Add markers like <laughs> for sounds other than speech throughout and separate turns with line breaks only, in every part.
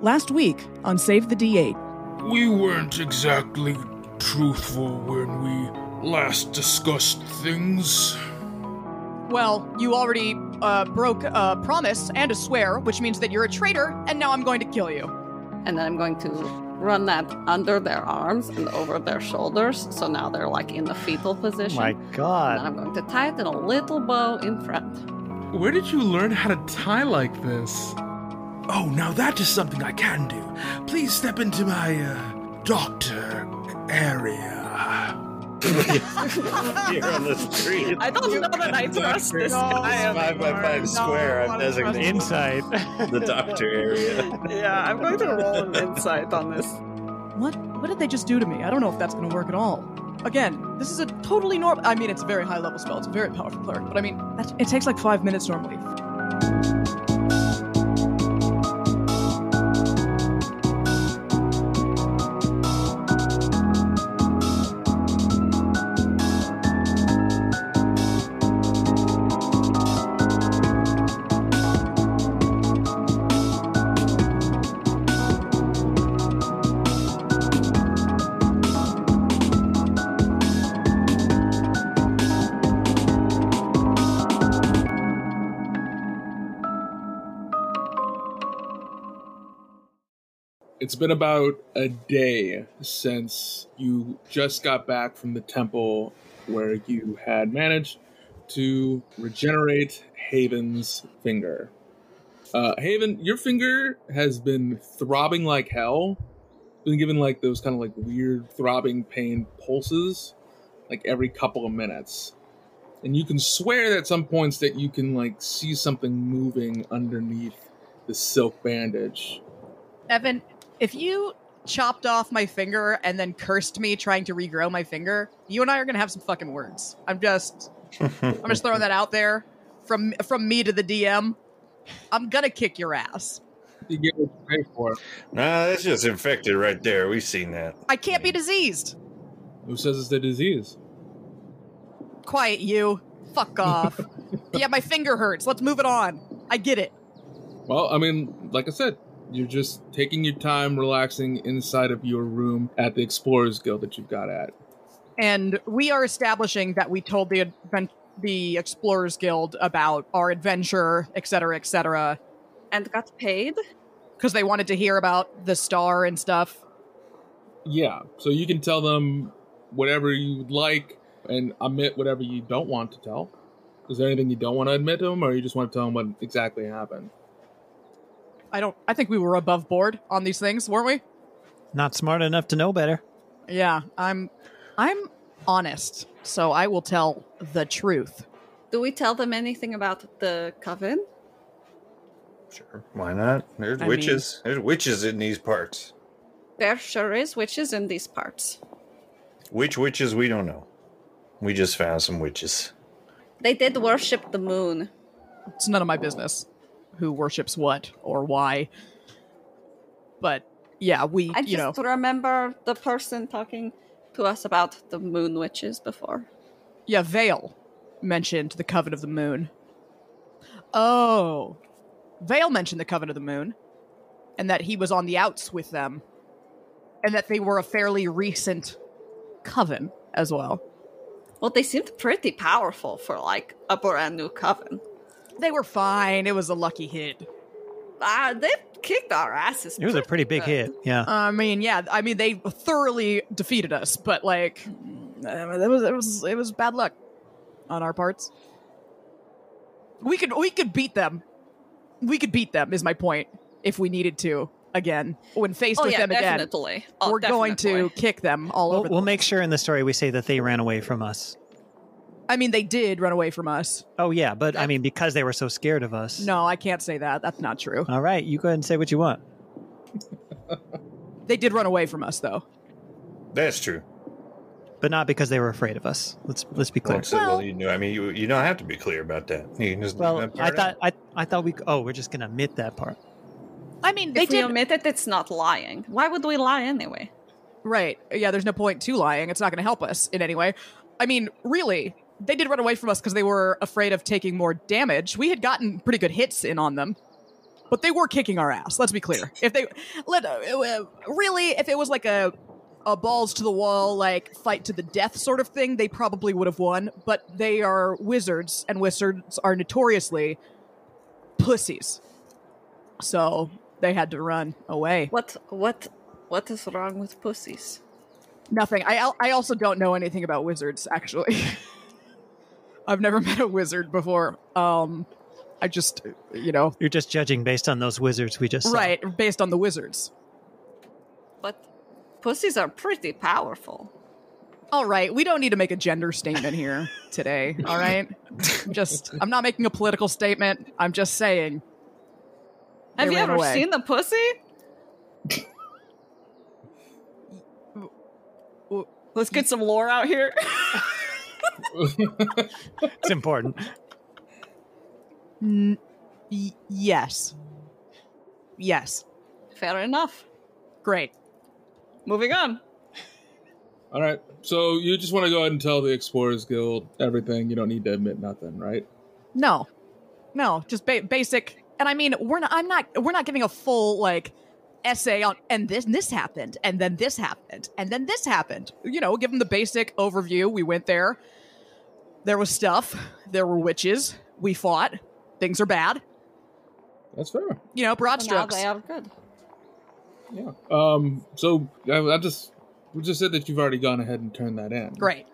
Last week on Save the D8.
We weren't exactly truthful when we last discussed things.
Well, you already uh, broke a promise and a swear, which means that you're a traitor, and now I'm going to kill you.
And then I'm going to run that under their arms and over their shoulders. So now they're like in the fetal position.
Oh My
and
God.
I'm going to tie it in a little bow in front.
Where did you learn how to tie like this?
Oh, now that is something I can do. Please step into my uh, doctor area.
Here on the street.
I don't know that I trust this
It's five by five square. I'm designating
Insight. <laughs>
the doctor
<laughs>
area.
yeah, I'm going to roll an insight on this.
What? What did they just do to me? I don't know if that's going to work at all. Again, this is a totally normal. I mean, it's a very high level spell. It's a very powerful cleric, but I mean, that, it takes like five minutes normally.
It's been about a day since you just got back from the temple where you had managed to regenerate Haven's finger. Uh, Haven, your finger has been throbbing like hell. Been given like those kind of like weird throbbing pain pulses, like every couple of minutes. And you can swear that at some points that you can like see something moving underneath the silk bandage.
Evan, if you chopped off my finger and then cursed me trying to regrow my finger, you and I are going to have some fucking words. I'm just I'm just throwing that out there from from me to the DM. I'm going to kick your ass.
You get what you pay for.
nah, that's just infected right there. We've seen that.
I can't be diseased.
Who says it's a disease?
Quiet you. Fuck off. yeah, my finger hurts. Let's move it on. I get it.
Well, I mean, like I said, you're just taking your time relaxing inside of your room at the Explorers Guild that you've got at.
And we are establishing that we told the advent- the Explorers Guild about our adventure, et cetera, et cetera,
And got paid?
because they wanted to hear about the star and stuff.
Yeah, so you can tell them whatever you would like and omit whatever you don't want to tell. Is there anything you don't want to admit to them, or you just want to tell them what exactly happened?
I don't. I think we were above board on these things, weren't we?
Not smart enough to know better.
Yeah, I'm. I'm honest, so I will tell the truth.
Do we tell them anything about the coven?
Sure. Why not? There's
I
witches. There's witches in these parts.
There sure is witches in these parts.
Which witches we don't know. We just found some witches.
They did worship the moon.
It's none of my business who worships what or why. But yeah, we.
I
you know,
just remember the person talking to us about the moon witches before.
yeah, Vale mentioned the Coven of the Moon. Oh, Vale mentioned the Coven of the Moon, and that he was on the outs with them, and that they were a fairly recent coven as well.
Well, they seemed pretty powerful for like a brand new coven.
They were fine. It was a lucky hit.
Ah, they kicked our asses.
It was a pretty big hit. Yeah.
I mean, yeah. I mean, they thoroughly defeated us, but like, uh, it was it was it was bad luck on our parts. We could we could beat them. We could beat them. Is my point. If we needed to again, when faced
Oh
with
yeah,
them again,
definitely. Oh,
we're going to
definitely.
kick them all
We'll,
over.
we'll make sure in the story we say that they ran away from us.
I mean, they did run away from us.
Oh, yeah. But I mean, because they were so scared of us.
No, I can't say that. That's not true.
All right. You go ahead and say what you want.
They did run away from us, though.
That's true.
But not because they were afraid of us. Let's let's be clear.
Like, Oh, so, well, you know, I mean, you, you don't have to be clear about that. You can just leave
Well,
that
I
part
thought I, I thought we oh we're just gonna omit that part.
I mean,
If we omit it, it's not lying. Why would we lie anyway?
Right. Yeah, there's no point to lying. It's not going to help us in any way. I mean, really, they did run away from us because they were afraid of taking more damage. We had gotten pretty good hits in on them. but they were kicking our ass. Let's be clear. If they let uh, uh, really, if it was like a a balls to the wall, like fight to the death sort of thing, they probably would have won. But they are wizards, and wizards are notoriously pussies. So they had to run away.
What what what is wrong with pussies?
Nothing. I al- I also don't know anything about wizards. Actually, <laughs> I've never met a wizard before. Um, I just you know
You're just judging based on those wizards we just saw.
right based on the wizards.
But pussies are pretty powerful.
All right, we don't need to make a gender statement here
<laughs>
today. All right, I'm just I'm not making a political statement. I'm just saying. They
Have you
ran
ever
away.
seen a pussy?
w-
Let's get some lore out here. <laughs>
<laughs> It's important.
N- y- yes, yes,
Fair enough.
great.
Moving on.
All right. So you just want to go ahead and tell the Explorers Guild everything. You don't need to admit nothing, right?
No, no, just ba- basic. And I mean, we're not. I'm not. We're not giving a full like essay on. And this this happened, and then this happened, and then this happened. You know, give them the basic overview. We went there. There was stuff. There were witches. We fought. Things are bad.
That's fair.
You know, broad
Now
strokes.
they are good.
Yeah. Um. So I, I just we just said that you've already gone ahead and turned that in.
Great.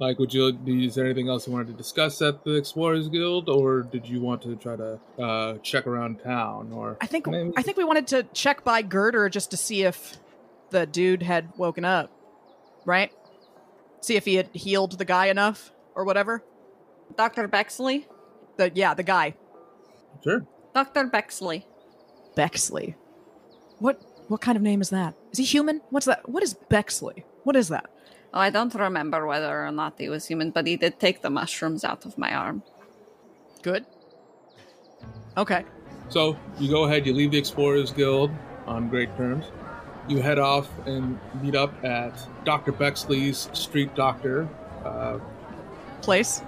Like, would you? do you- Is there anything else you wanted to discuss at the Explorers Guild, or did you want to try to uh, check around town? Or
I think
Maybe-
I think we wanted to check by Girder just to see if the dude had woken up, right? See if he had healed the guy enough or whatever.
Dr. Bexley?
The yeah, the guy
sure.
Dr. Bexley.
Bexley. What what kind of name is that? Is he human? What's that? What is Bexley? What is that?
Oh, I don't remember whether or not he was human, but he did take the mushrooms out of my arm.
Good. Okay.
So you go ahead, you leave the Explorers Guild on great terms. You head off and meet up at Dr. Bexley's street doctor. Uh,
Place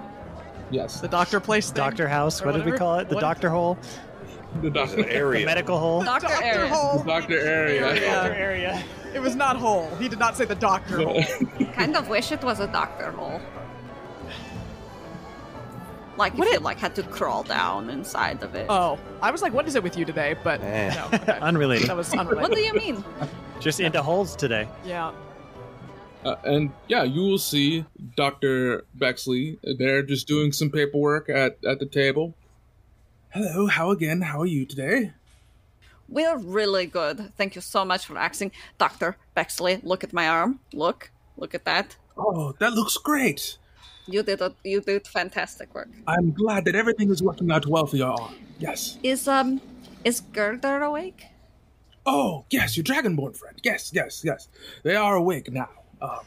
yes,
the doctor place. Thing.
Doctor House.
Or
What did we
whatever.
call it? The
What-
doctor hole.
the
There's an
doctor,
The
area.
medical hole.
Dr. Aaron.
the doctor area. <laughs>
Doctor
area.
It was not whole. He did not say the doctor. Hole.
kind of wish it was a doctor hole. Like
What
if you
it-
like had to crawl down inside of it.
Oh, I was like, what is it with you today?
<laughs>
But
Eh.
no, okay. <laughs>
Unrelated.
that was
What
unrelated.
do you mean?
Just into holes today.
yeah.
Uh, and yeah, you will see Dr. Bexley there just doing some paperwork at, at the table. Hello, how again? How are you today?
We're really good. Thank you so much for asking. Dr. Bexley, look at my arm. Look. Look at that.
Oh, that looks great.
You did a, you did fantastic work.
I'm glad that everything is working out well for your arm. Yes.
Is um is Gerder awake?
Oh, yes, your dragonborn friend. Yes, yes, yes. They are awake now. Um,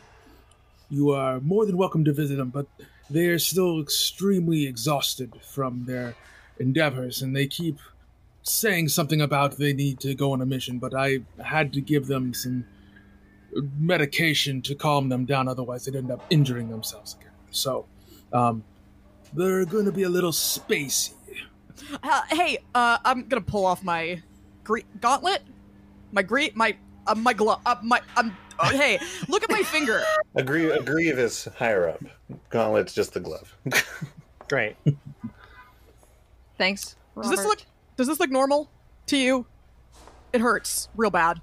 you are more than welcome to visit them, but they are still extremely exhausted from their endeavors, and they keep saying something about they need to go on a mission, but I had to give them some medication to calm them down, otherwise, they'd end up injuring themselves again. So, um, they're going to be a little spacey.
Uh, hey, uh, I'm gonna pull off my gre- gauntlet, my gre- my uh, my glove, uh, my um. uh, hey, look at my finger.
Agree, agree if it's higher up. Gauntlet's just the glove.
Great.
Thanks.
Does this look? Does this look normal to you? It hurts real bad.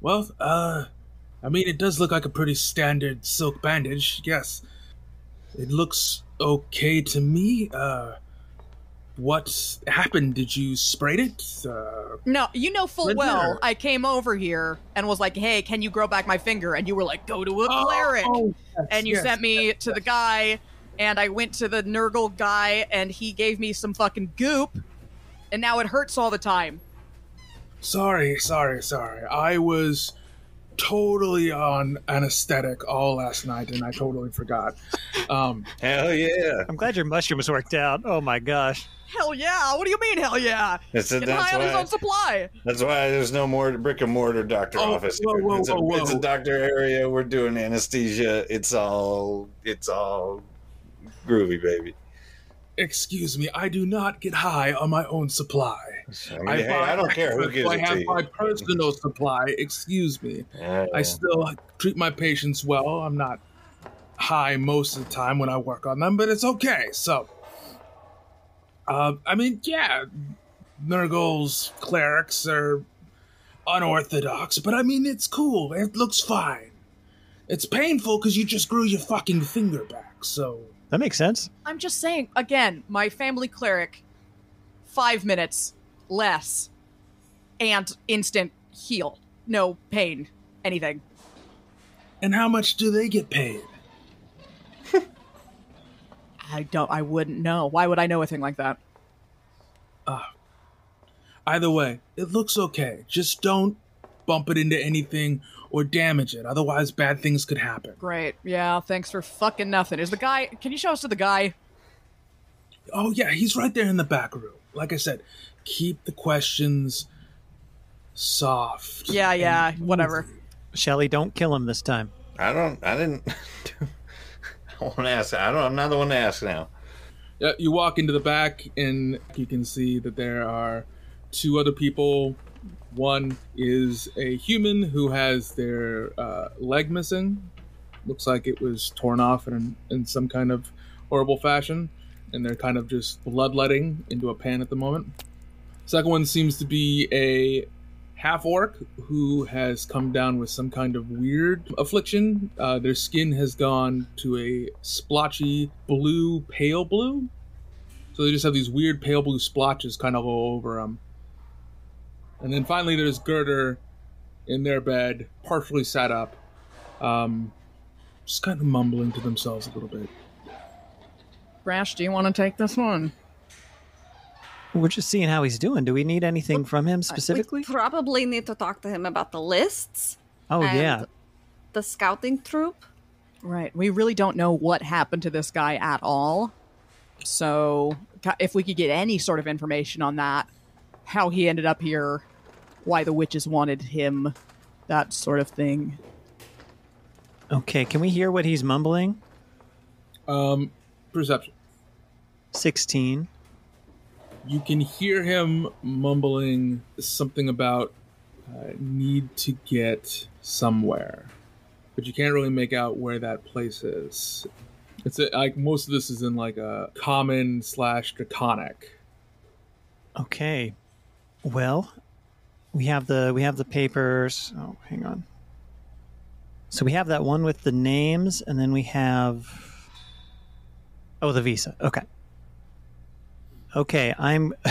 Well, uh, I mean, it does look like a pretty standard silk bandage, yes. It looks okay to me. Uh, what happened? Did you sprayed it? Uh,
No, you know full
Red
well.
hair.
I came over here and was like, "Hey, can you grow back my finger?" And you were like, "Go to a
oh,
cleric."
oh, yes,
and you
yes.
sent me to the guy, and I went to the Nurgle guy, and he gave me some fucking goop, and now it hurts all the time.
Sorry, sorry, sorry. I was totally on anesthetic all last night, and I totally forgot. Um,
Hell yeah!
I'm glad your mushrooms worked out. Oh my gosh.
Hell yeah! What do you mean, hell yeah?
It's a,
Get high
that's
on his
why.
own supply.
That's why there's no more brick and mortar doctor
Oh,
office.
whoa,
here.
whoa,
it's, a,
whoa,
it's
whoa.
a doctor area. We're doing anesthesia. It's all. It's all groovy, baby.
excuse me, I do not get high on my own supply.
I, mean, hey, I don't care who gives
I
it
have
to you.
my personal supply. Excuse me.
Yeah,
I still treat my patients well. I'm not high most of the time when I work on them, but it's okay. So, uh, I mean, yeah, Nurgle's clerics are unorthodox, but I mean, it's cool. It looks fine. It's painful because you just grew your fucking finger back. So,
That makes sense.
I'm just saying, again, my family cleric, five minutes less, and instant heal. No pain, anything.
and how much do they get paid?
I don't, I wouldn't know. Why would I know a thing like that?
Either way, it looks okay. Just don't bump it into anything or damage it. Otherwise, bad things could happen.
Great. Yeah, thanks for fucking nothing. Is the guy, can you show us to the guy?
Oh yeah, he's right there in the back room. Like I said, keep the questions soft.
Yeah, yeah, whatever.
Shelly, don't kill him this time.
I don't. I didn't. <laughs> I won't ask. I don't. I'm not the one to ask now.
Yeah, you walk into the back and you can see that there are two other people. One is a human who has their uh, leg missing. Looks like it was torn off in, in some kind of horrible fashion, and they're kind of just bloodletting into a pan at the moment. Second one seems to be a half orc who has come down with some kind of weird affliction. Uh, their skin has gone to a splotchy blue, pale blue. So they just have these weird pale blue splotches kind of all over them. And then finally, there's Gerder in their bed, partially sat up, um, just kind of mumbling to themselves a little bit.
Brash, do you want to take this one?
We're just seeing how he's doing. Do we need anything from him
We
specifically?
probably need to talk to him about the lists,
Oh
and-
yeah.
the scouting troop.
Right. We really don't know what happened to this guy at all. So, ca- if we could get any sort of information on that, how he ended up here, why the witches wanted him, that sort of thing.
Okay, can we hear what he's mumbling?
Um, perception.
16.
you can hear him mumbling something about uh, need to get somewhere but you can't really make out where that place is it's a, like most of this is in like a common slash draconic
Okay. Well, we have the we have the papers. Oh, hang on. So we have that one with the names and then we have Oh, the visa. Okay. Okay, I'm <laughs>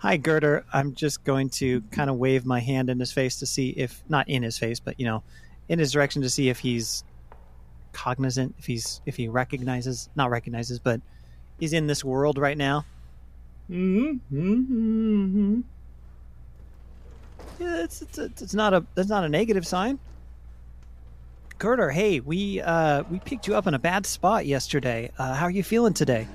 Hi Gerder. I'm just going to kind of wave my hand in his face to see if not in his face, but you know, in his direction to see if he's cognizant, if he's if he recognizes, not recognizes, but he's in this world right now.
mm-hmm, mm-hmm.
Yeah, it's, it's, it's not a that's not a negative sign. Gerder, hey, we uh, we picked you up in a bad spot yesterday. Uh, how are you feeling today?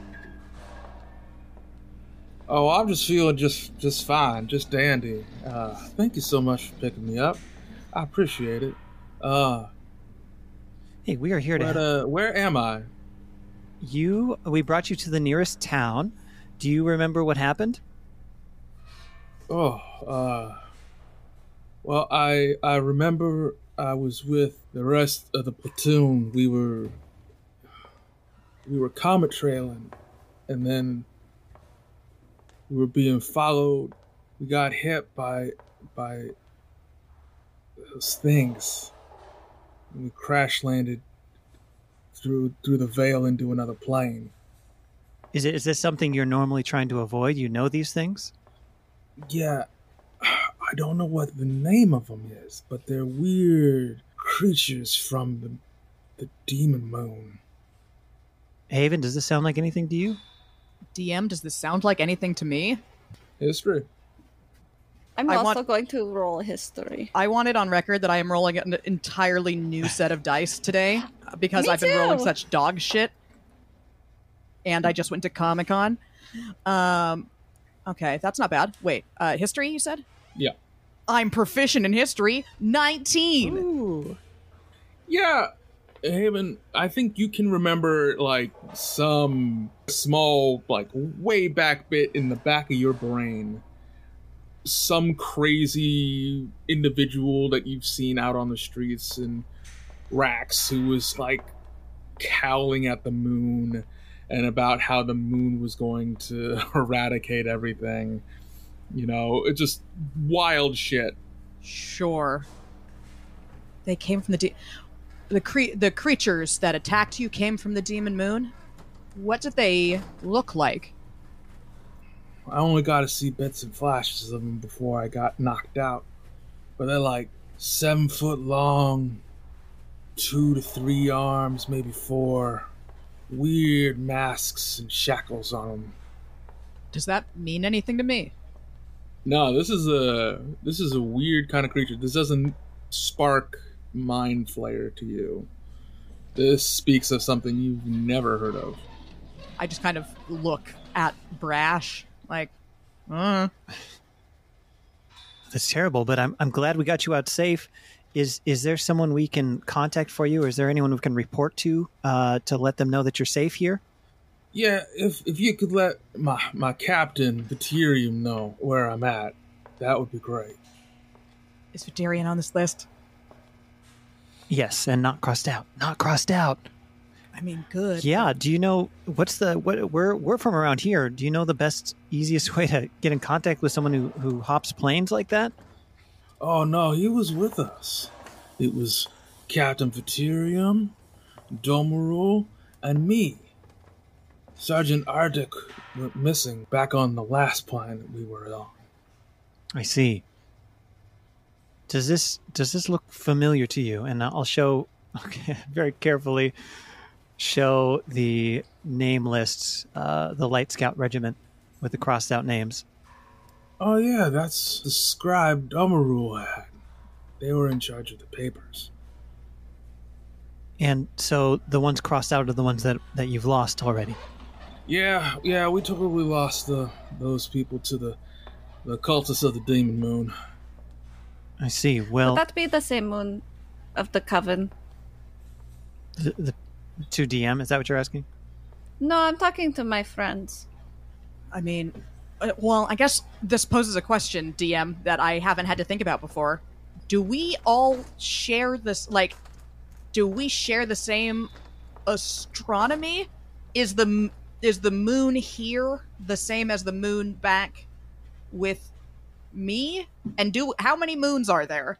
oh i'm just feeling just just fine just dandy uh, thank you so much for picking me up i appreciate it uh,
Hey, we are here to
but,
help
uh where am i
you. We brought you to the nearest town. Do you remember what happened?
Oh, uh, well, I I remember I was with the rest of the platoon. We were we were comet trailing, and then we were being followed. We got hit by by those things. And we crash landed through through the veil into another plane.
Is it is this something you're normally trying to avoid? You know these things.
Yeah, <sighs> I don't know what the name of them is, but they're weird creatures from the, the demon moon.
Haven, does this sound like anything to you?
DM, does this sound like anything to me?
History.
I'm
I
also
want-
going to roll history.
I want it on record that I am rolling an entirely new set of dice
<laughs>
today uh, because
Me
I've been rolling
too.
such dog shit. And I just went to Comic Con. Um, okay, that's not bad. Wait, uh, history, you said?
Yeah.
I'm proficient in history. 19.
Yeah, Haven, I think you can remember like some small, like way back bit in the back of your brain some crazy individual that you've seen out on the streets and Rax who was like cowling at the moon and about how the moon was going to <laughs> eradicate everything. You know, it's just wild shit.
Sure. They came from the de- the cre- the creatures that attacked you came from the demon moon. What did they look like?
I only got to see bits and flashes of them before I got knocked out. But they're like seven foot long, two to three arms, maybe four. Weird masks and shackles on them.
Does that mean anything to me?
No, this is a this is a weird kind of creature. This doesn't spark mind flayer to you. This speaks of something you've never heard of.
I just kind of look at Brash like, uh,
That's terrible, but I'm, I'm glad we got you out safe. Is is there someone we can contact for you, or is there anyone we can report to uh, to let them know that you're safe here?
Yeah, if if you could let my my captain Vitirium know where I'm at, that would be great.
is Vidarian on this list?
Yes, and not crossed out. Not crossed out.
I mean, good.
Yeah. Do you know what's the what? We're we're from around here. Do you know the best easiest <laughs> way to get in contact with someone who who hops planes like that?
Oh no, he was with us. It was Captain Vitirium, Domarul, and me. Sergeant Ardick went missing back on the last planet we were on.
I see. Does this does this look familiar to you? And I'll show <laughs> okay, very carefully show the name lists, uh, the Light Scout Regiment with the crossed out names.
Oh yeah, that's the scribe Domarul had. They were in charge of the papers.
And so the ones crossed out are the ones that, that you've lost already.
Yeah, yeah, we totally lost the those people to the the cultists of the Demon Moon.
I see. Well,
That be the same moon of the coven.
the, the two DM is that what you're asking?
No, I'm talking to my friends.
I mean, uh, well, I guess this poses a question, DM, that I haven't had to think about before. Do we all share this? Like, do we share the same astronomy? Is the m- is the moon here the same as the moon back with me? And do how many moons are there?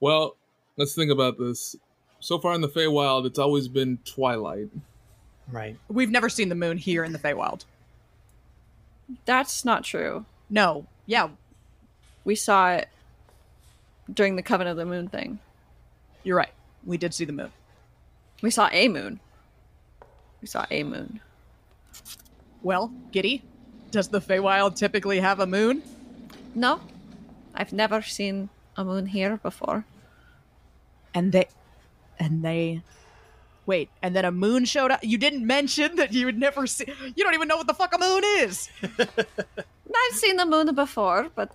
Well, let's think about this. So far in the Feywild, it's always been twilight.
Right.
We've never seen the moon here in the Feywild.
That's not true.
No, yeah,
We saw it during the coven of the moon thing.
you're right. We did see the moon.
We saw a moon. We saw a moon.
Well, Giddy, does the Feywild typically have a moon?
No, I've never seen a moon here before.
and they and they wait and then a moon showed up you didn't mention that you would never see you don't even know what the fuck a moon is
I've seen the moon before, but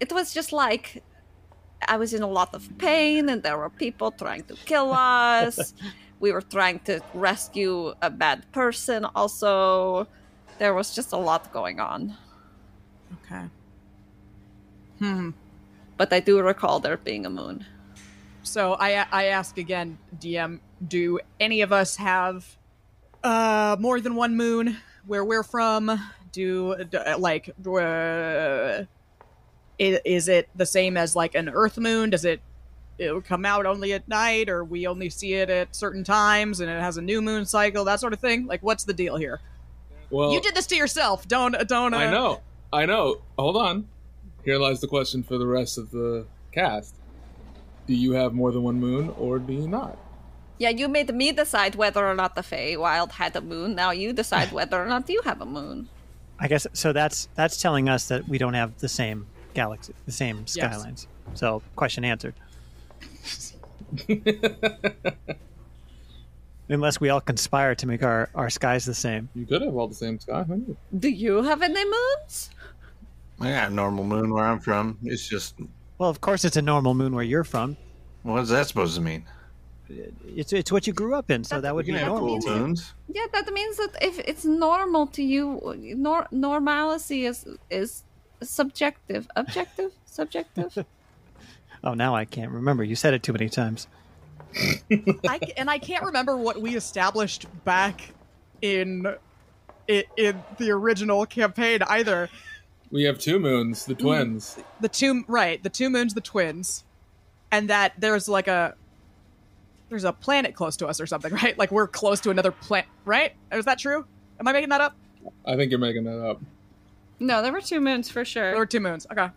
it was just like I was in a lot of pain and there were people trying to kill us. we were trying to rescue a bad person also. There was just a lot going on.
okay hmm
But I do recall there being a moon.
so i i ask again dm do any of us have uh more than one moon where we're from do, d- uh, like uh, i- is it the same as like an earth moon does it it would come out only at night or we only see it at certain times and it has a new moon cycle that sort of thing like what's the deal here
Well,
you did this to yourself don't don't uh,
I know, I know. Hold on. Here lies the question for the rest of the cast: Do you have more than one moon, or do you not?
Yeah, you made me decide whether or not the Feywild had a moon. Now you decide whether or not you have a moon.
I guess so. That's that's telling us that we don't have the same galaxy, the same skylines. So question answered. Unless we all conspire to make our, our skies the same.
You could have all the same sky. couldn't you?
Do you have any moons?
I got a normal moon where I'm from. It's just,
Well, of course, it's a normal moon where you're from.
what's that supposed to mean?
It's it's what you grew up in, so that would
You
be
can have
normal.
full moons.
Yeah, that means that if it's normal to you, nor- normalcy is is subjective, objective, subjective.
<laughs>
Oh, now I can't remember. You said it too many times. <laughs>
I, ca- and I can't remember what we established back in i in the original campaign either.
We have two moons, the twins.
the two right the two moons the twins and that there's like a there's a planet close to us or something <laughs> right like we're close to another planet right is that true am i making that up
I think you're making that up.
No, there were two moons for sure.
there were two moons okay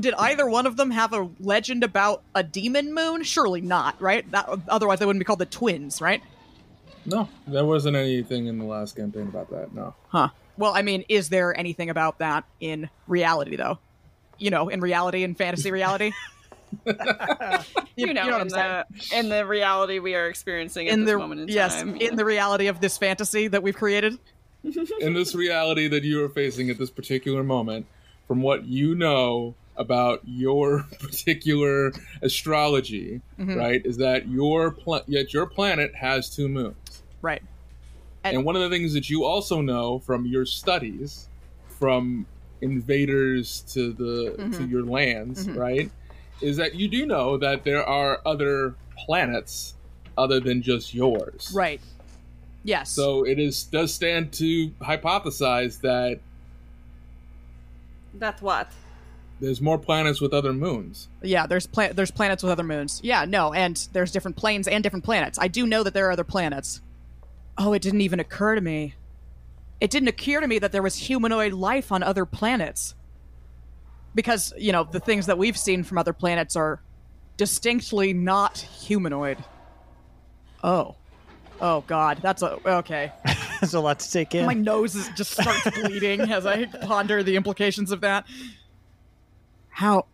did either one of them have a legend about a demon moon surely not right that, otherwise they wouldn't be called the twins right
No, there wasn't anything in the last campaign about that. No.
huh well i mean is there anything about that in reality though you know in reality in fantasy
<laughs>
reality
you, know, in, the, in the reality we are experiencing at
in
this
the
moment in
yes
time.
in the reality of this fantasy that we've created
In this reality that you are facing at this particular moment, from what you know about your <laughs> particular astrology,
Mhm.
right, is that your pla- yet your planet has two moons.
right
And, one of the things that you also know from your studies, from invaders to the to your lands, right, is that you do know that there are other planets other than just yours.
right yes
So it is does stand to hypothesize that
That what?
there's more planets with other moons.
yeah there's pla- there's planets with other moons yeah no and there's different planes and different planets i do know that there are other planets oh it didn't even occur to me it didn't occur to me that there was humanoid life on other planets because you know the things that we've seen from other planets are distinctly not humanoid oh oh god that's a okay
There's a lot to take in.
My nose is, just starts bleeding as I ponder the implications of that. How,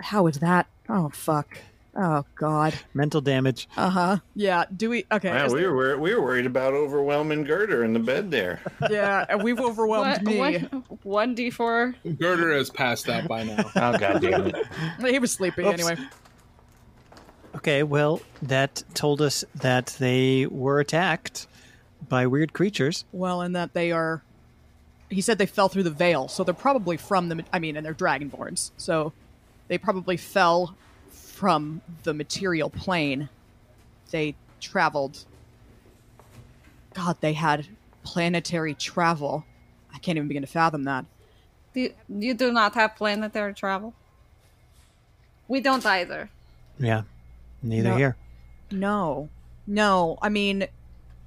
how is that? Oh fuck! Oh god!
Mental damage.
Uh huh. Yeah. Do we? Okay.
Wow,
is-
we were wor- we were worried about overwhelming Girder in the bed there.
yeah. We've overwhelmed me.
One d four.
Girder has passed out by now.
Oh god damn <laughs> it!
He was sleeping
Oops.
anyway.
Okay, well, that told us that they were attacked by weird creatures.
Well, and that they are. He said they fell through the veil, so they're probably from the. ma- I mean, and they're dragonborns, so they probably fell from the material plane. They traveled. God, they had planetary travel. I can't even begin to fathom that.
Do, you do not have planetary travel. We don't either.
Yeah, neither
No.
here.
No, no. I mean,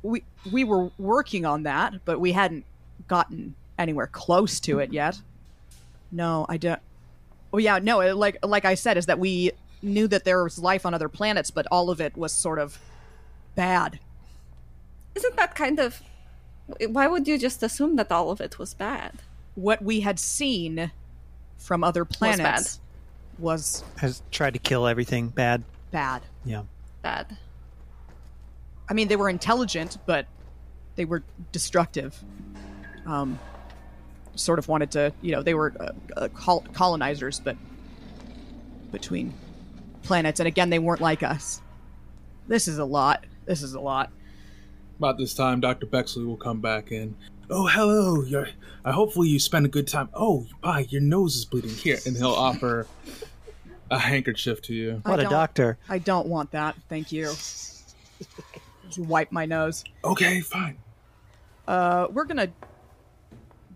we we were working on that, but we hadn't gotten anywhere close to it yet. No, I don't. Well, yeah, no. It, like like I said, is that we knew that there was life on other planets, but all of it was sort of bad.
Isn't that kind of? Why would you just assume that all of it was bad?
What we had seen from other
bad.
planets was
Has tried to kill everything bad.
bad.
Yeah.
Bad.
I mean, they were intelligent, but they were destructive. Um, sort of wanted to, you know, they were uh, uh, col- colonizers, but between planets, and again, they weren't like us. This is a lot. This is a lot.
About this time, Dr. Bexley will come back in. Oh, hello. You're, uh, hopefully, you spent a good time. Oh, bye. Your nose is bleeding. Here. And he'll offer a handkerchief to you.
What
I
a
don't-
doctor.
I don't want that. Thank you. Just wipe my nose.
Okay, fine.
Uh, we're gonna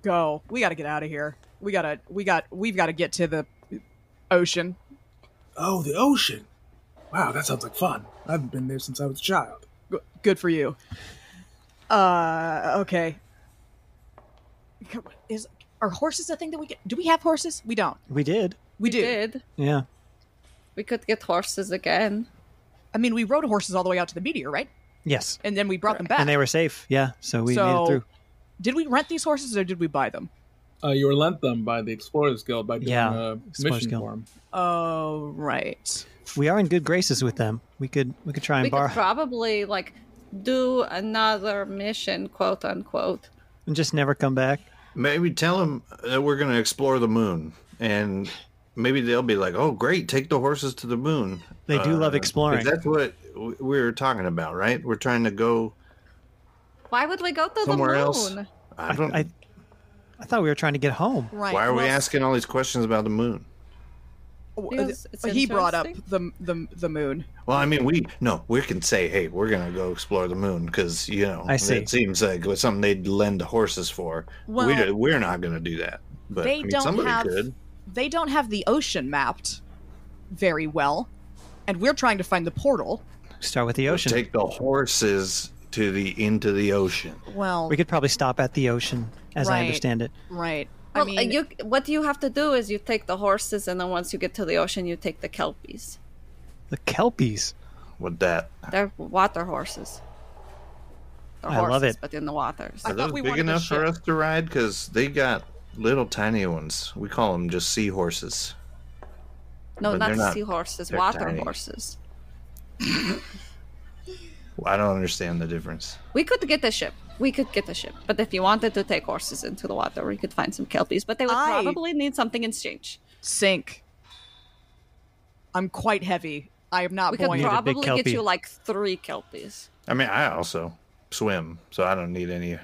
go. We gotta get out of here. We gotta. We got. We've got to get to the ocean.
Oh, the ocean. Wow, that sounds like fun. I haven't been there since I was a child.
G- good for you. Uh, okay. Come- Is are horses a thing that we get? Do we have horses? We don't.
We did.
We, do.
Did
Yeah.
we could get horses again?
I mean, we rode horses all the way out to the meteor, right?
Yes.
And then we brought them back.
And they were safe. Yeah. So we made
Ah. So-
it through.
did we rent these horses or did we buy them?
Uh, you were lent them by the Explorers Guild by doing
Yeah,
a
Explorers
mission
Guild.
form.
Oh, right.
We are in good graces with them. We could we could try and
We
borrow
could probably like do another mission, quote unquote.
and just never come back.
Maybe tell them that we're going to explore the moon, and maybe they'll be like, "Oh, great! Take the horses to the moon." Uh,
They do love
'cause
exploring.
That's what w- we were talking about, right? We're trying to go
Why would we go to
somewhere
the moon?
else. I don't.
I I thought we were trying to get home.
Right.
Why are we
well,
asking all these questions about the moon?
w- uh,
Because it's
he brought up the,
interesting.
the the moon.
Well, I mean, we no, we can say, hey, we're gonna go explore the moon because you know
I see.
it seems like it's something they'd lend horses for.
Well-
we we're not gonna do that. But
they
I mean,
don't
somebody
have
could.
they don't have the ocean mapped very well, and we're trying to find the portal.
Start with the ocean.
Take the horses to the into the ocean.
Well,
we could probably stop at the ocean, as I
Right.
understand it.
right.
Well,
I mean,
you, what you have to do is you take the horses, and then once you get to the ocean, you take the kelpies.
The kelpies.
With that,
They're water horses. They're
I love
horses,
it.
But in the waters.
I
are
thought
those
we
big
wanted a
enough for
ship.
us to ride? Because they got little tiny ones. We call them just seahorses.
no,
but
not,
they're not-
seahorses,
they're
water
tiny.
horses.
I don't understand the difference.
We could get a ship. We could get a ship. But if you wanted to take horses into the water, we could find some kelpies. But they would
I-
probably need something in exchange.
sink. I'm quite heavy. I am not
We could
Need
buoyant.
a big
probably get
kelpie.
you like three kelpies.
I mean, I also swim, so I don't need any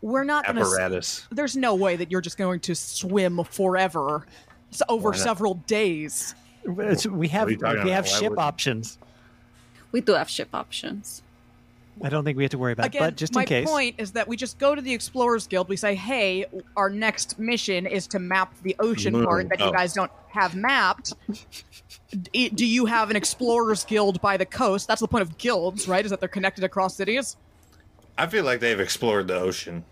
We're not going to.
apparatus.
There's no way that you're just going to swim forever, s- over
not?
several days.
It's- we have
What are you talking
we have
about? Why
ship
would-
options.
We do have ship options.
I don't think we have to worry about. it,
Again,
Uh, but just
my
in case,
point is that we just go to the Explorers Guild. We say, "Hey, our next mission is to map the ocean
Moon.
part that
Oh.
you guys don't have mapped. D- Do you have an Explorers Guild by the coast? That's the point of guilds, right? Is that they're connected across cities?
I feel like they've explored the ocean,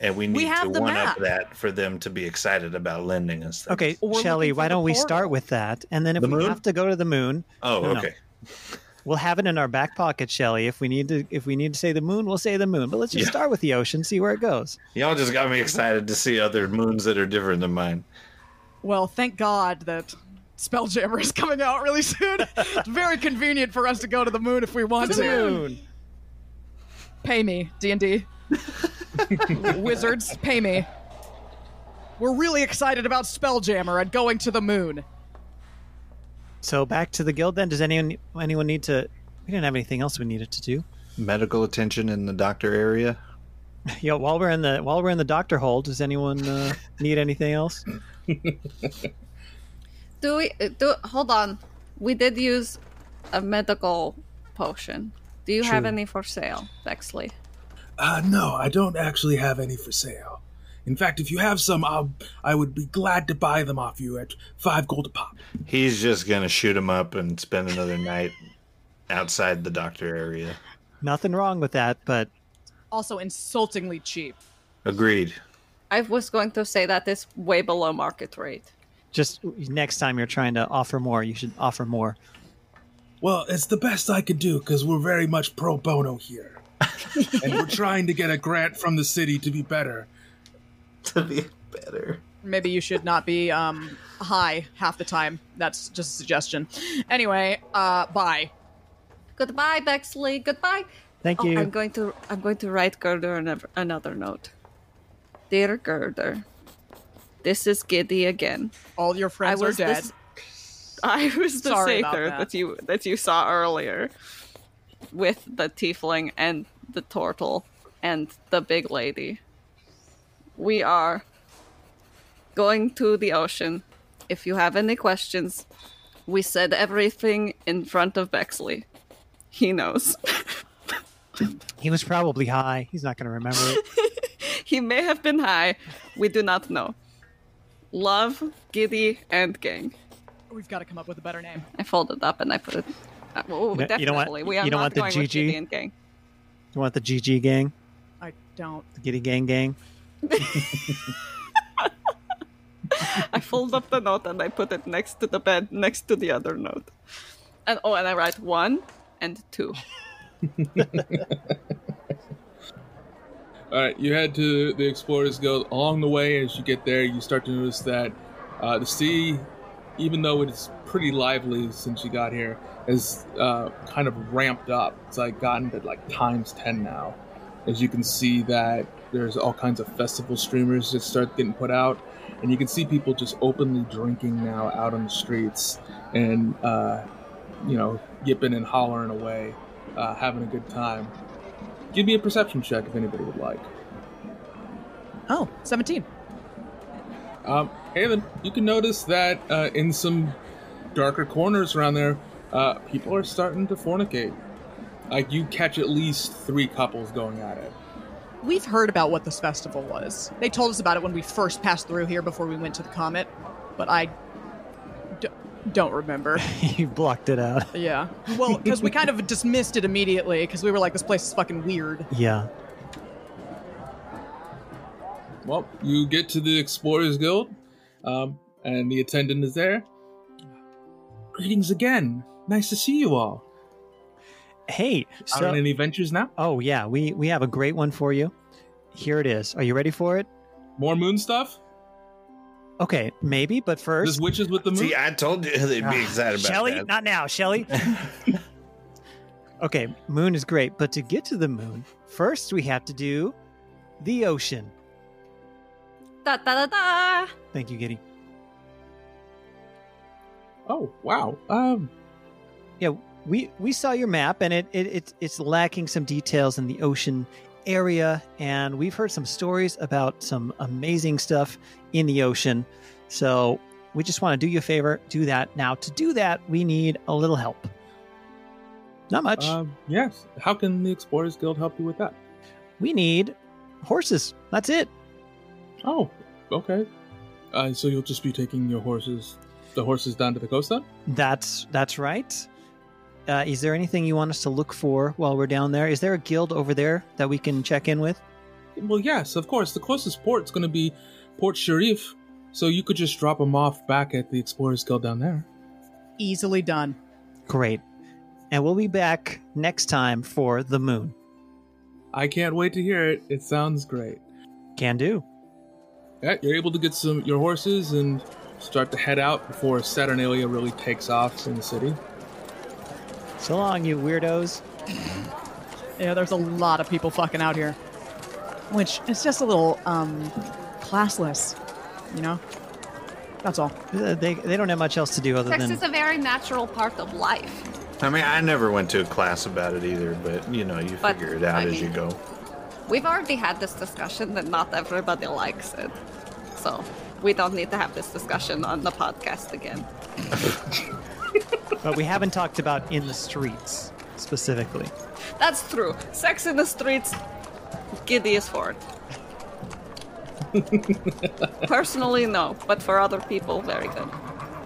and we need
We
to
have the
one
map.
up that for them to be excited about lending us. Things.
okay,
We're
Shelly,
looking for
why
the
don't we start
portal.
with that, and then if
The
we
moon?
have to go to the moon,
Oh,
No, no.
okay.
we'll have it in our back pocket, Shelly. If we need to, if we need to say the moon, we'll say the moon. But let's just
Yeah.
start with the ocean, see where it goes.
Y'all just got me excited to see other moons that are different than mine.
Well, thank God that Spelljammer is coming out really soon. it's very convenient for us to go to the moon if we want to. Pay me, D and D. Wizards, pay me. We're really excited about Spelljammer and going to the moon.
So back to the guild. Then, does anyone anyone need to? We didn't have anything else we needed to do.
Medical attention in the doctor area.
Yeah, while we're in the while we're in the doctor hole, does anyone
<laughs>
uh, need anything else?
Do we uh, do hold on. We did use a medical potion. Do you have
True.
any for sale, Bexley?
Uh, no, I don't actually have any for sale. In fact, if you have some, I'll, I would be glad to buy them off you at five gold a pop.
He's just gonna shoot him up and spend another night outside the doctor area.
Nothing wrong with that, but
Also insultingly cheap.
Agreed.
I was going to say that is way below market rate.
just next time you're trying to offer more, you should offer more.
Well, it's the best I could do because we're very much pro bono here. and we're trying to get a grant from the city to be better.
To be better.
Maybe you should not be um, high half the time. That's just a suggestion. Anyway, uh, bye.
Goodbye, Bexley. Goodbye.
Thank
Oh,
you.
I'm going to I'm going to write Gerder an- another note. Dear Gerder, this is Giddy again.
All your friends
I
are
was the
dead.
s- I was the
Sorry about
satyr that.
that.
you that you saw earlier with the tiefling and the turtle and the big lady. We are going to the ocean. If you have any questions, we said everything in front of Bexley. He knows. <laughs>
He was probably high. He's not going to remember it.
he may have been high. We do not know. Love, Giddy, and Gang.
We've got to come up with a better name.
I folded up and I put it. Uh, oh,
No,
definitely.
you don't want-
we are
you don't
not
want the
going with
GG?
Giddy and Gang.
You want the GG gang,
I don't.
the Giddy gang gang? <laughs>
I fold up the note and I put it next to the bed, next to the other note. And oh, and I write one and two.
All right, you head to the Explorers Guild. Along the way, as you get there, you start to notice that uh, the sea, even though it's pretty lively since you got here, has uh, kind of ramped up. It's like gotten to like times ten now. As you can see that there's all kinds of festival streamers that start getting put out, and you can see people just openly drinking now out on the streets and uh, you know yipping and hollering away, uh, having a good time. Give me a perception check if anybody would like.
Oh, 17.
Um, Haven, you can notice that uh, in some darker corners around there, uh, people are starting to fornicate. Like you catch at least three couples going at it.
We've heard about what this festival was. They told us about it when we first passed through here before we went to the comet, but I d- don't <laughs> remember.
you blocked it out.
yeah. Well, because we kind of dismissed it immediately because we were like, this place is fucking weird.
Yeah.
Well, you get to the Explorers Guild, um, and the attendant is there. Greetings again. Nice to see you all.
Hey,
Out
so
on any ventures now?
oh yeah, we we have a great one for you. Here it is. Are you ready for it?
More moon stuff?
Okay, maybe, but
There's
first,
witches with the moon?
See, I told you they'd be excited about
Ah, Shelly,
that.
not
<laughs>
now, Shelly. okay, moon is great, but to get to the moon, first we have to do the ocean.
Da da da da.
Thank you, Giddy.
oh, wow. Um,
We we saw your map, and it, it it's it's lacking some details in the ocean area, and we've heard some stories about some amazing stuff in the ocean. So we just want to do you a favor, do that now. To do that, we need a little help. Not much.
um, yes. How can the Explorers Guild help you with that?
we need horses. That's it.
Oh, okay. Uh, so you'll just be taking your horses, the horses down to the coast then?
That's that's right. Uh, is there anything you want us to look for while we're down there? Is there a guild over there that we can check in with?
Well, yes, of course. The closest port's going to be Port Sharif, so you could just drop them off back at the Explorers Guild down there.
Easily done.
Great. And we'll be back next time for the moon.
I can't wait to hear it. It sounds great.
Can do.
Yeah, you're able to get some your horses and start to head out before Saturnalia really takes off in the city.
So long, you weirdos.
Yeah, there's a lot of people fucking out here, which is just a little um, classless, you know? That's all.
Uh, They, they don't have much else to do other
Sex
than
is a very natural part of life.
I mean, I never went to a class about it either, but you know, you
But,
figure it out
I
as you
mean-
go.
We've already had this discussion that not everybody likes it. So we don't need to have this discussion on the podcast again.
but we haven't talked about in the streets specifically.
That's true. Sex in the streets, giddy is
<laughs>
for it. Personally, no, but for other people, very good.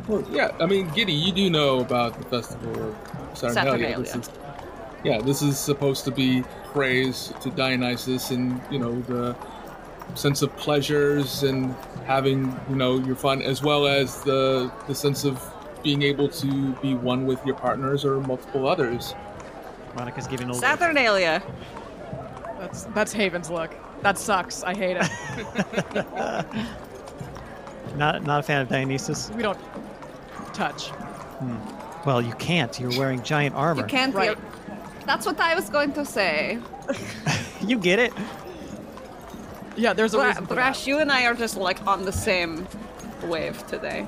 Well, yeah, I mean, Giddy, you do know about the festival of Saturnalia. This
Saturnalia.
is, yeah, this is supposed to be praise to Dionysus and, you know, the sense of pleasures and having, you know, your fun, as well as the, the sense of being able to be one with your partners or multiple others.
Monica's giving a little.
Saturnalia.
That's, that's Haven's look. That sucks. I <laughs> hate it.
Not, not a fan of Dionysus.
we don't touch.
Well, you can't. You're wearing giant armor.
You can't
Right.
hear. That's what I was going to say.
You get it.
Yeah, there's a
Bra-
reason for
Brash, you and I are just like on the same wave today.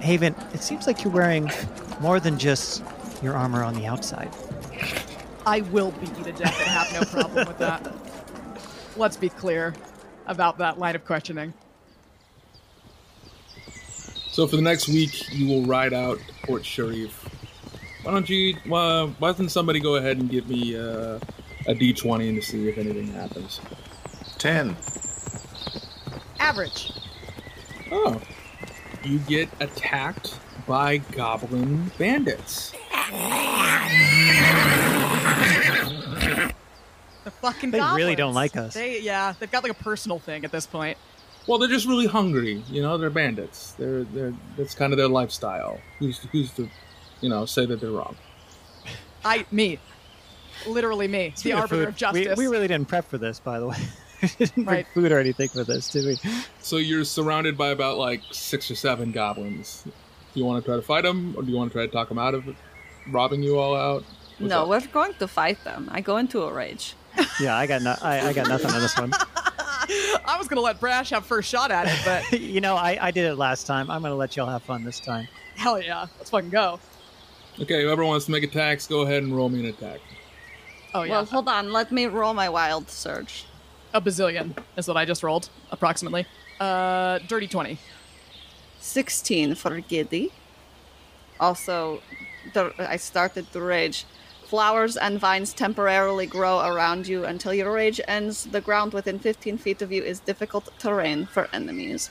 Haven, it seems like you're wearing more than just your armor on the outside.
that. I will beat you to death and have no problem with that. Let's be clear about that line of questioning.
So for the next week, you will ride out to Port Sharif. Why don't you? Uh, why doesn't somebody go ahead and give me uh, a D twenty to see if anything happens?
Ten. <laughs>
Average.
Oh, you get attacked by goblin bandits.
The fucking
They really don't
goblins.
like us.
They, yeah, they've got like a personal thing at this point.
Well, they're just really hungry. You know, they're bandits. They're they're that's kind of their lifestyle. Who's who's to, you know, say that they're wrong?
I, me, literally me, the
Speaking
arbiter
food,
of justice.
We, we really didn't prep for this, by the way. <laughs> we didn't bring
Right.
food or anything for this, did we?
So you're surrounded by about like six or seven goblins. Do you want to try to fight them, or do you want to try to talk them out of robbing you all out? What's
no,
up?
we're going to fight them. I go into a rage.
Yeah, I got no, I, I got nothing on this one.
I was gonna let Brash have first shot at it, but
<laughs> you know, I, I did it last time. I'm gonna let y'all have fun this time.
hell yeah, let's fucking go.
Okay, whoever wants to make attacks, go ahead and roll me an attack.
Oh yeah,
Well, hold on. Let me roll my wild surge.
a bazillion is what I just rolled, approximately. Uh, dirty twenty.
16 for Giddy. Also, the, I started the rage. Flowers and vines temporarily grow around you until your rage ends. The ground within 15 feet of you is difficult terrain for enemies.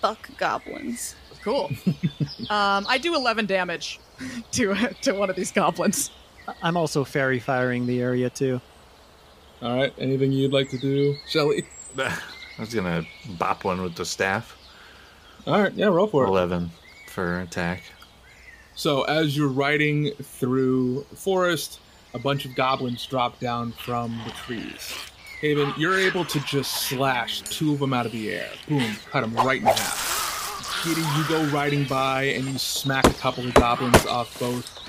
Fuck goblins.
<laughs>
Cool. um, I do 11 damage <laughs> to to one of these goblins.
I'm also fairy firing the area too.
All right. Anything you'd like to do, Shelly?
I was gonna bop one with the staff.
All right. Yeah, roll for it.
Eleven for attack.
So as you're riding through the forest, a bunch of goblins drop down from the trees. Haven, you're able to just slash two of them out of the air. Boom, cut them right in half. Giddy, you go riding by and you smack a couple of goblins off both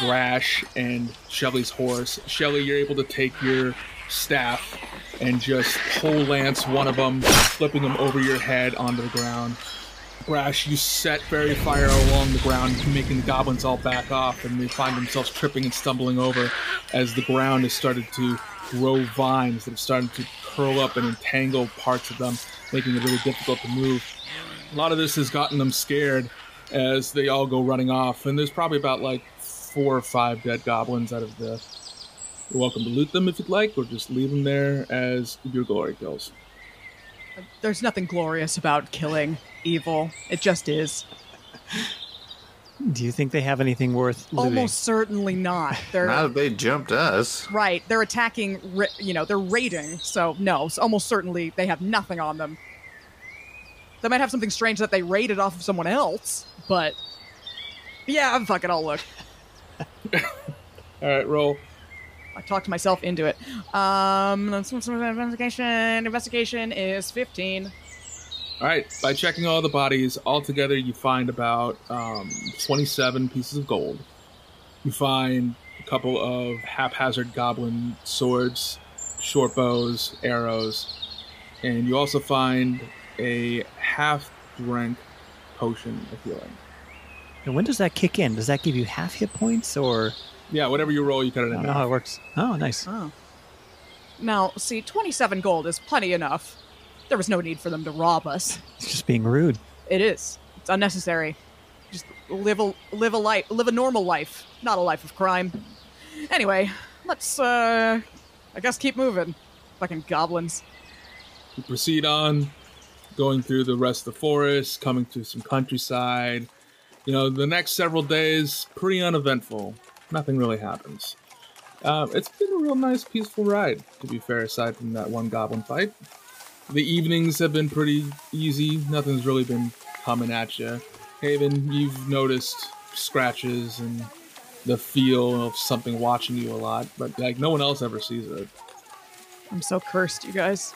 Brash and Shelly's horse. Shelly, you're able to take your staff and just pole lance one of them, flipping them over your head onto the ground. Brash, you set fairy fire along the ground, making the goblins all back off, and they find themselves tripping and stumbling over as the ground has started to grow vines that have started to curl up and entangle parts of them, making it really difficult to move. A lot of this has gotten them scared as they all go running off, and there's probably about like four or five dead goblins out of the. You're welcome to loot them if you'd like, or just leave them there as your glory kills.
There's nothing glorious about killing evil. It just is.
Do you think they have anything worth looting?
Almost certainly not. They're
Now that they jumped us,
right. They're attacking. ra- You know, they're raiding. So no, it's almost certainly they have nothing on them. They might have something strange that they raided off of someone else, but yeah, I'm fucking. I'll look.
All right, roll.
I talked myself into it. Um, investigation. Investigation is 15.
All right, by checking all the bodies, altogether you find about um, 27 pieces of gold. You find a couple of haphazard goblin swords, short bows, arrows, and you also find a half drank potion of healing.
And when does that kick in? Does that give you half hit points or
Yeah, whatever you roll, you cut it
I
in.
don't know how it works? Oh, nice.
Oh. Now, see, 27 gold is plenty enough. There was no need for them to rob us.
It's just being rude.
It is. It's unnecessary. Just live a live a life, live a normal life, not a life of crime. Anyway, let's uh I guess keep moving. Fucking goblins.
You proceed on, going through the rest of the forest, coming through some countryside. You know, the next several days, pretty uneventful. Nothing really happens. Uh, it's been a real nice, peaceful ride, to be fair, aside from that one goblin fight. The evenings have been pretty easy. Nothing's really been coming at you. Haven, you've noticed scratches and the feel of something watching you a lot, but like no one else ever sees it.
I'm so cursed, you guys.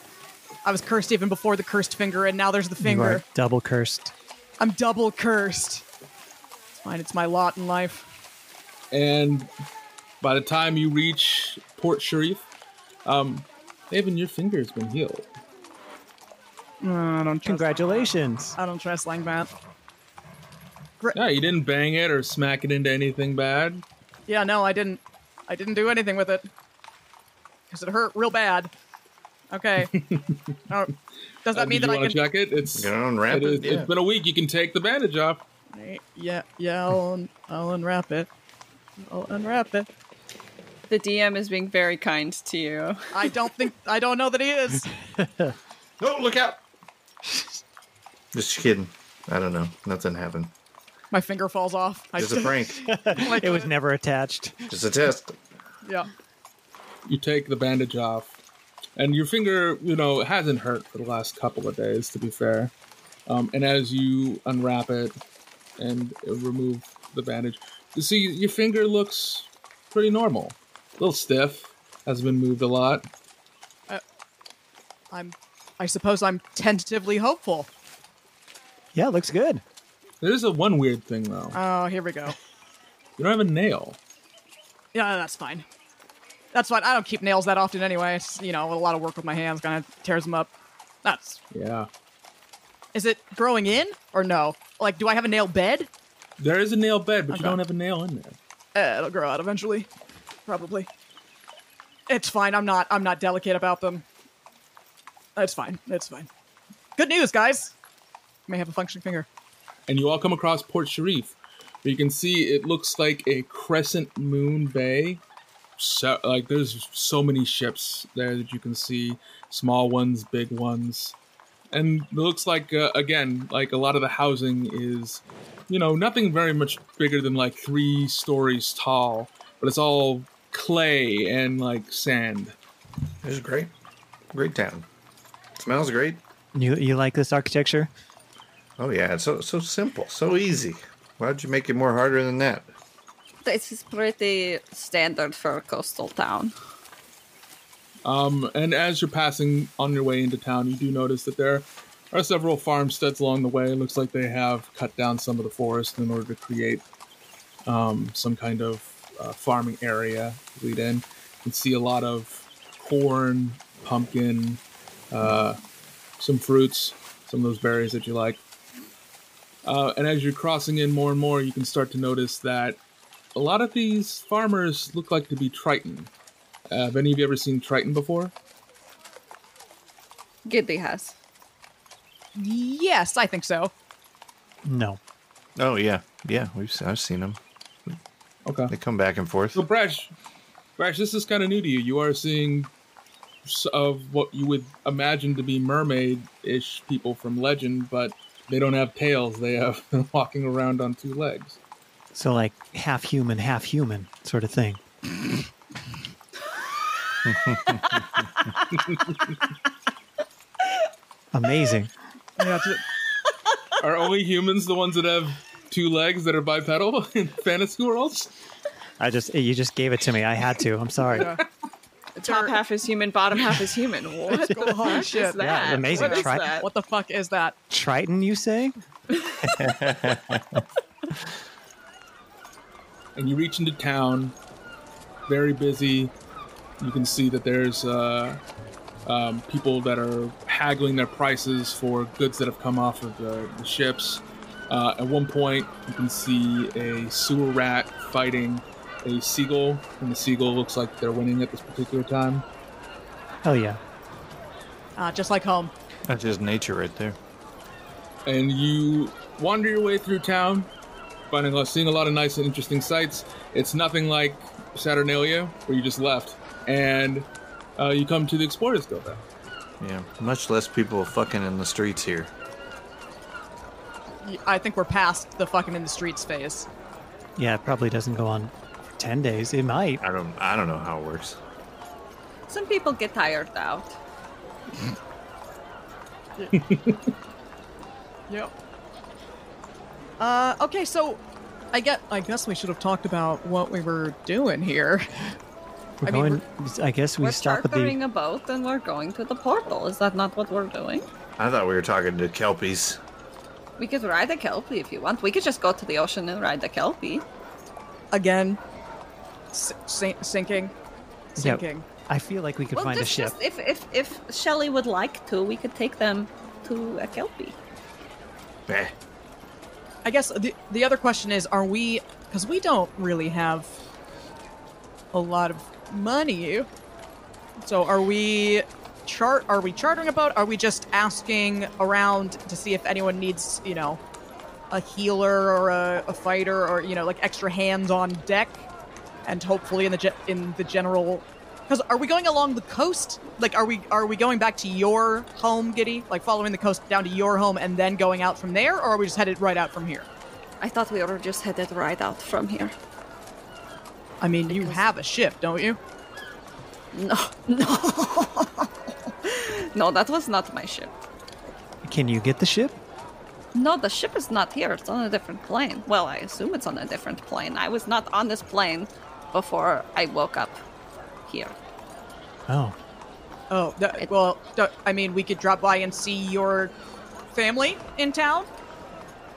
I was cursed even before the cursed finger, and now there's the
You
finger.
are double cursed.
I'm double cursed. It's fine. It's my lot in life.
And by the time you reach Port Sharif, um, Haven, your finger's been healed.
I don't trust.
Congratulations.
<laughs> I don't trust Langbat.
Yeah, you didn't bang it or smack it into anything bad.
Yeah, no, I didn't. I didn't do anything with it because it hurt real bad.
<laughs>
Okay. oh, does that
Uh,
mean
did
that
you
I can?
want to check it? It's
You're gonna unwrap
it is-
it? Yeah.
It's been a week. You can take the bandage off.
Yeah, yeah. I'll, un- I'll unwrap it. I'll unwrap it.
The DM is being very kind to you.
I don't think. I don't know that he is.
<laughs>
Oh,
no, look out! <laughs> Just kidding. I don't know. Nothing happened.
My finger falls off. I
Just a prank.
like,
It was never attached.
Just a test.
Yeah.
You take the bandage off, and your finger, you know, hasn't hurt for the last couple of days. To be fair, um, and as you unwrap it and remove the bandage, you see your finger looks pretty normal. A little stiff, hasn't been moved a lot.
I'm. I suppose I'm tentatively hopeful.
Yeah, it looks good.
There's a one weird thing though.
Oh, here we go.
You don't have a nail.
Yeah, that's fine. That's fine. I don't keep nails that often anyway. It's, you know, a lot of work with my hands kind of tears them up. That's.
Yeah,
Is it growing in or no? Like, do I have a nail bed?
there is a nail bed, but you
Okay.
don't have a nail in there.
Uh, it'll grow out eventually, probably. It's fine. I'm not. I'm not delicate about them. It's fine. It's fine. Good news, guys. May have a functioning finger.
and you all come across Port Sharif. But you can see it looks like a crescent moon bay. So, like there's so many ships there that you can see, small ones, big ones, and it looks like uh, again, like a lot of the housing is, you know, nothing very much bigger than like three stories tall, but it's all clay and like sand.
This is great. Great town. Smells great.
You you like this architecture?
Oh yeah, it's so so simple, so easy. Why'd you make it more harder than that?
This is pretty standard for a coastal town.
Um, and as you're passing on your way into town, you do notice that there are several farmsteads along the way. It looks like they have cut down some of the forest in order to create um, some kind of uh, farming area to lead in. You can see a lot of corn, pumpkin, uh, some fruits, some of those berries that you like. Uh, and as you're crossing in more and more, you can start to notice that a lot of these farmers look like to be Triton. Uh, have any of you ever seen Triton before?
Giddy has.
Yes, I think <laughs> so.
No.
Oh yeah, yeah. We've se- I've seen them.
Okay.
They come back and forth.
So, Brash, Brash, this is kind of new to you. You are seeing s- of what you would imagine to be mermaid-ish people from legend, but they don't have tails. They have <laughs> they're walking around on two legs.
So like half human, half human sort of thing. Amazing.
Are only humans the ones that have two legs that are bipedal <laughs> in fantasy worlds?
I just you just gave it to me. I had to. I'm sorry.
Top half is human, bottom half is
<laughs>
human. What the heck is
shit.
that?
Yeah, amazing.
What is
Try-
that?
What the fuck is that?
Triton, you say?
and you reach into town very busy you can see that there's uh, um, people that are haggling their prices for goods that have come off of the, the ships uh, at one point you can see a sewer rat fighting a seagull and the seagull looks like they're winning at this particular time
Hell yeah.
Uh, just like home.
That's just nature right there.
and you wander your way through town, finding a lot, seeing a lot of nice and interesting sights. It's nothing like Saturnalia, where you just left, and uh, you come to the Explorers Guild. then.
Yeah. Much less people fucking in the streets here.
Y- I think we're past the fucking in the streets phase.
Yeah, it probably doesn't go on for ten days. It might.
I don't. I don't know how it works.
Some people get tired out.
Yep. Uh, okay, so I get. I guess we should have talked about what we were doing here.
We're
I mean,
going. I guess we
we're
stop at the.
chartering a boat and we're going to the portal. Is that not what we're doing?
I thought we were talking to kelpies.
We could ride a kelpie if you want. We could just go to the ocean and ride the kelpie.
Again, S- sink- sinking, sinking.
I feel like we could
well,
find a
just,
ship.
just if if if Shelly would like to, we could take them to a kelpie.
Meh.
I guess the the other question is: Are we? Because we don't really have a lot of money. So are we? Chart? Are we chartering a boat? Are we just asking around to see if anyone needs, you know, a healer or a, a fighter or you know, like extra hands on deck, and hopefully in the ge- in the general. Because are we going along the coast? Like, are we are we going back to your home, Giddy? Like following the coast down to your home and then going out from there, or are we just headed right out from here?
I thought we were just headed right out from here.
I mean, you have a ship, don't you?
No, <laughs> no, no. That was not my ship.
Can you get the ship?
No, the ship is not here. It's on a different plane. Well, I assume it's on a different plane. I was not on this plane before I woke up here.
Oh,
Oh, th- well, th- I mean, we could drop by and see your family in town.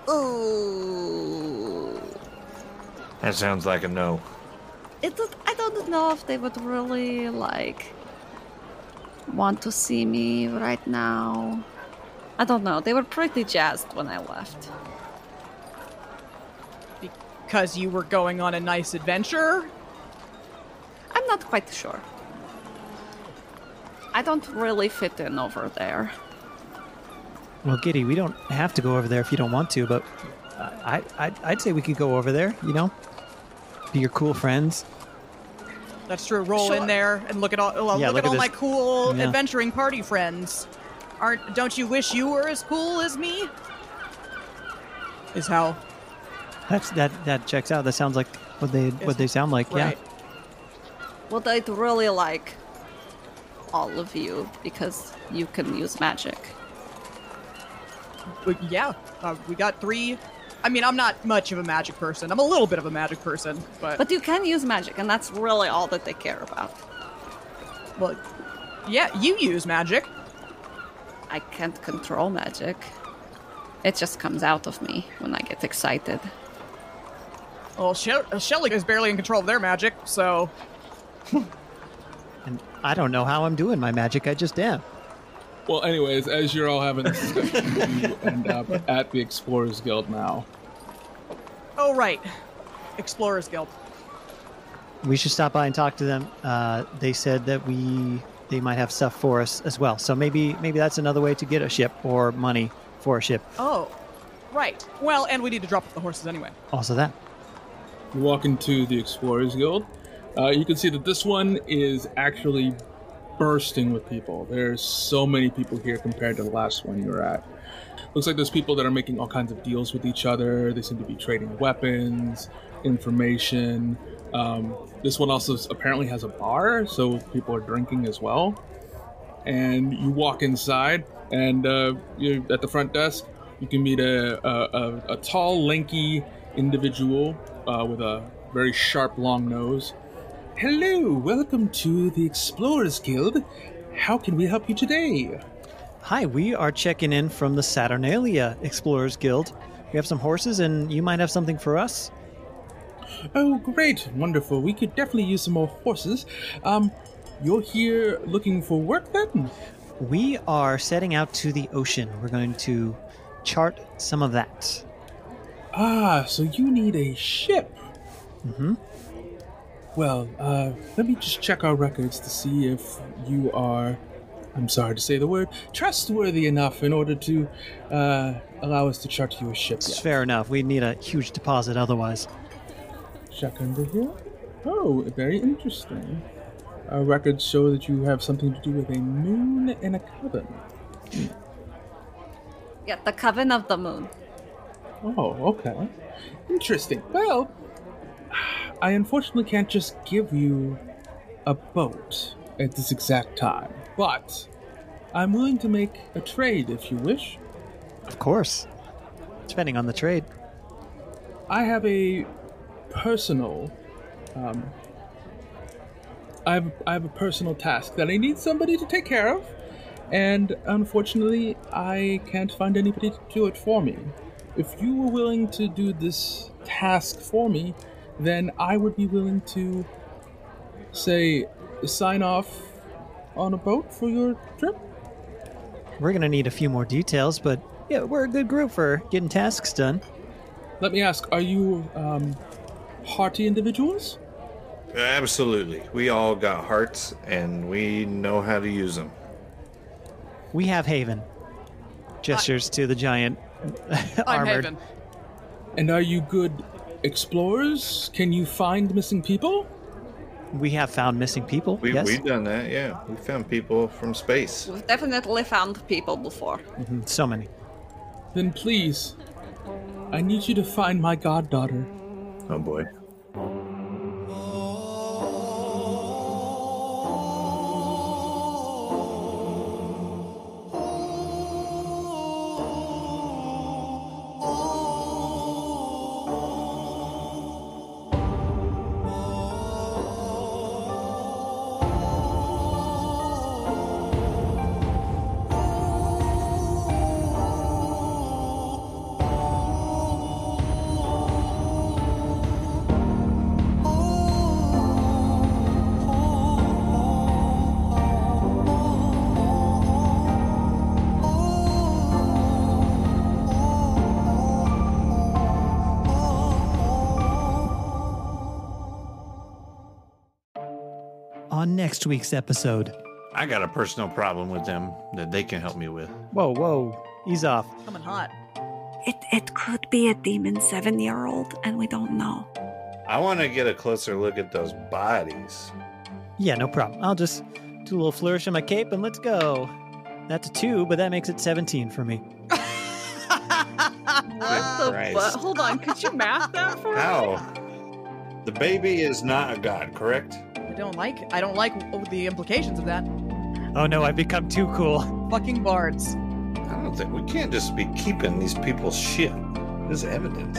Ooh.
That sounds like a no.
It, don't- I don't know if they would really like want to see me right now. I don't know. They were pretty jazzed when I left.
Because you were going on a nice adventure?
I'm not quite sure. I don't really fit in over there.
well, Giddy, we don't have to go over there if you don't want to, but I, I I'd say we could go over there. You know, be your cool friends.
That's true. Roll
Sure.
in there and look at all. Well,
Yeah,
look,
look
at,
at
all
this-
my cool
Yeah.
adventuring party friends. Aren't? Don't you wish you were as cool as me? Is how.
That's that that checks out. That sounds like what they what they sound like.
Right.
Yeah.
Well, I'd really like all of you because you can use magic.
But yeah. Uh, we got three. I mean, I'm not much of a magic person. I'm a little bit of a magic person, but,
But you can use magic, and that's really all that they care about.
well, yeah, you use magic.
I can't control magic. It just comes out of me when I get excited.
Well, she- uh, Shelly is barely in control of their magic, so
And I don't know how I'm doing my magic. I just am.
Well, anyways, as you're all having this discussion, you end up at the Explorers Guild now.
Oh, right. Explorers Guild.
We should stop by and talk to them. Uh, they said that we they might have stuff for us as well. So maybe maybe that's another way to get a ship or money for a ship.
Oh, right. Well, and we need to drop off the horses anyway.
Also that.
You walk into the Explorers Guild. Uh, you can see that this one is actually bursting with people. There's so many people here compared to the last one you were at. Looks like there's people that are making all kinds of deals with each other. They seem to be trading weapons, information. Um, this one also s- apparently has a bar, so people are drinking as well. And you walk inside, and uh, you're at the front desk. You can meet a, a, a, a tall, lanky individual uh, with a very sharp, long nose.
Hello, welcome to the Explorers Guild. How can we help you today?
Hi, we are checking in from the Saturnalia Explorers Guild. We have some horses, and you might have something for us.
Oh, great, wonderful. We could definitely use some more horses. Um, you're here looking for work then?
We are setting out to the ocean. We're going to chart some of that.
Ah, so you need a ship.
Mm-hmm.
Well, uh, let me just check our records to see if you are, I'm sorry to say the word, trustworthy enough in order to uh, allow us to chart you a ship.
It's fair enough. We need a huge deposit otherwise.
Check under here. Oh, very interesting. Our records show that you have something to do with a moon and a coven.
Yeah, the Coven of the Moon.
Oh, okay. Interesting. Well, <sighs> I unfortunately can't just give you a boat at this exact time, but I'm willing to make a trade if you wish.
Of course. Depending on the trade.
I have a personal. Um, I have, I have a personal task that I need somebody to take care of, and unfortunately, I can't find anybody to do it for me. If you were willing to do this task for me, then I would be willing to, say, sign off on a boat for your trip.
We're going to need a few more details, but yeah, we're a good group for getting tasks done.
Let me ask: Are you um, hearty individuals?
Absolutely. We all got hearts and we know how to use them.
We have Haven. Gestures to the giant <laughs>
I'm
armored.
Haven.
And are you good explorers? Can you find missing people?
We have found missing people.
We,
yes.
We've done that, yeah. We found people from space.
We've definitely found people before.
Mhm, So many.
Then please, I need you to find my goddaughter.
Oh boy.
On next week's episode.
I got a personal problem with them that they can help me with.
Whoa, whoa. Ease off.
Coming hot.
It,
It could be a demon seven year old, and we don't know.
I want to get a closer look at those bodies.
Yeah, no problem. I'll just do a little flourish on my cape and let's go. That's a two, but that makes it 17 for me.
Oh, Uh,
What the
Christ.
fuck? Hold on, could you math that for me?
How? The baby is not a god, correct?
I don't like. I don't like the implications of that.
Oh no, I've become too cool.
Fucking bards.
I don't think we can't just be keeping these people's shit. This is evidence.